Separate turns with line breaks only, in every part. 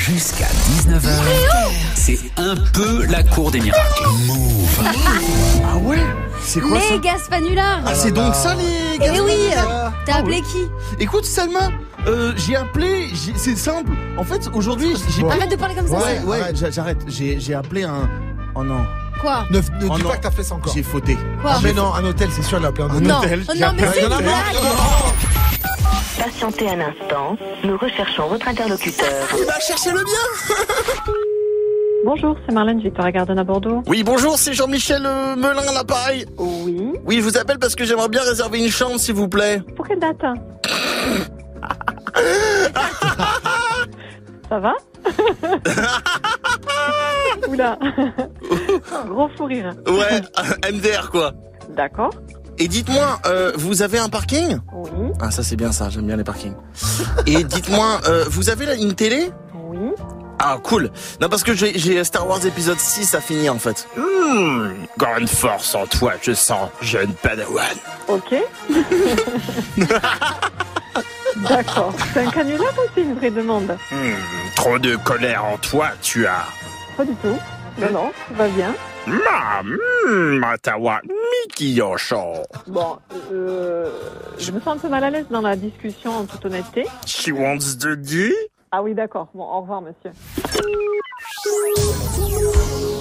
Jusqu'à 19h, c'est un peu la cour des miracles.
Ah ouais C'est quoi ça
Les Gaspanulars
Ah c'est donc ça les gars
Eh oui
Ah
T'as
ouais.
appelé qui
Écoute Salma, euh, j'ai appelé, j'ai- c'est simple. En fait aujourd'hui j'ai...
Arrête de parler comme ça
Ouais
c'est-
ouais j'a- j'arrête, j'ai j'ai appelé un... Oh non,
Quoi
Ne, ne
Oh
dis
non.
pas que t'as fait ça encore.
j'ai fauté.
Quoi
mais non, un hôtel, c'est sûr, elle a plein de.
Non,
hôtel,
Oh
j'ai
non mais
appelé-
c'est une
Non, non, non,
blague
Patientez un instant, nous recherchons votre interlocuteur.
Il va chercher le bien
Bonjour, c'est Marlène Victoria Garden à Bordeaux.
Oui bonjour, c'est Jean-Michel euh, Melin à l'appareil.
Oui.
Oui je vous appelle parce que j'aimerais bien réserver une chambre s'il vous plaît.
Pour quelle date hein Ça va Oula Gros fou rire.
Ouais, MDR quoi.
D'accord.
Et dites-moi, euh, vous avez un parking
Oui.
Ah ça c'est bien ça, j'aime bien les parkings. Et dites-moi, euh, vous avez là, une télé
Oui.
Ah cool Non parce que j'ai j'ai Star Wars épisode 6 à finir en fait.
Hmm, grande force en toi, je sens, jeune padawan.
Ok. D'accord. C'est un canular ou c'est une vraie demande
Hmm, trop de colère en toi, tu as.
Pas du tout. Non, non, tout va bien.
Ma, hmm, Matawa, Mikiyosho.
Bon, euh, je me sens un peu mal à l'aise dans la discussion en toute honnêteté.
She wants to do?
Ah oui, d'accord. Bon, au revoir, monsieur.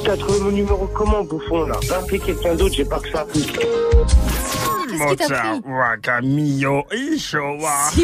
T'as trouvé mon numéro comment, bouffon, là Va appeler quelqu'un d'autre, j'ai pas que ça.
Qu'est-ce qui t'a pris
Mota, Wakamiyo, Ishowa.
Si